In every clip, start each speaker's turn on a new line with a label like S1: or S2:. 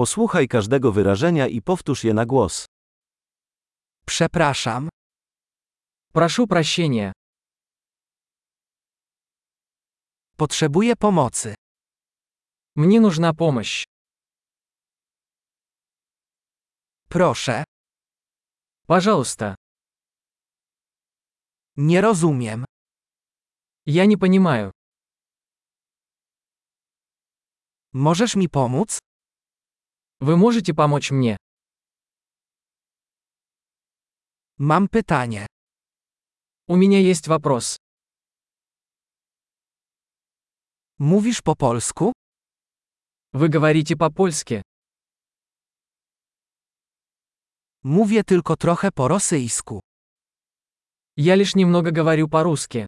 S1: Posłuchaj każdego wyrażenia i powtórz je na głos.
S2: Przepraszam. Прошу прощения. Potrzebuję pomocy. Мне нужна помощь. Proszę. Пожалуйста. Nie rozumiem. Я не понимаю. Możesz mi pomóc? Вы можете помочь мне? Mam pytanie. У меня есть вопрос. Mówisz po polsku? Вы говорите по-польски. Mówię tylko trochę po rosyjsku. Я лишь немного говорю по-русски.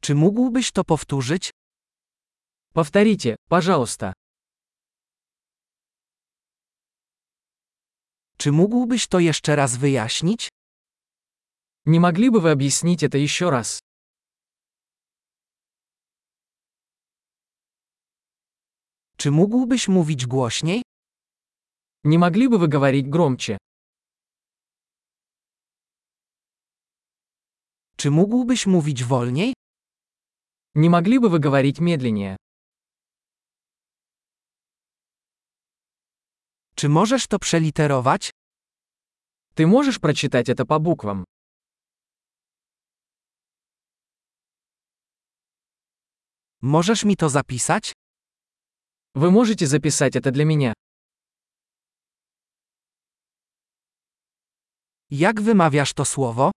S2: Czy mógłbyś to powtórzyć? Повторите, пожалуйста. Czy mógłbyś to jeszcze raz wyjaśnić? Nie mogliby wy objaśnić to jeszcze raz? Czy mógłbyś mówić głośniej? Nie mogliby wy говорить громче? Czy mógłbyś mówić wolniej? Nie mogliby wy говорить медленнее? Czy możesz to przeliterować? Ty możesz przeczytać to po bukwam. Możesz mi to zapisać? Wy możecie zapisać to dla mnie. Jak wymawiasz to słowo?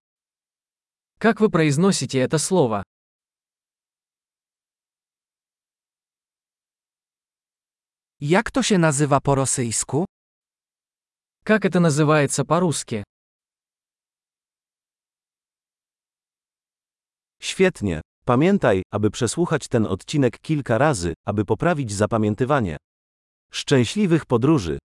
S2: Jak wy произносите to słowo? Jak to się nazywa po rosyjsku? Jak to называется по-русски?
S1: Świetnie. Pamiętaj, aby przesłuchać ten odcinek kilka razy, aby poprawić zapamiętywanie. Szczęśliwych podróży!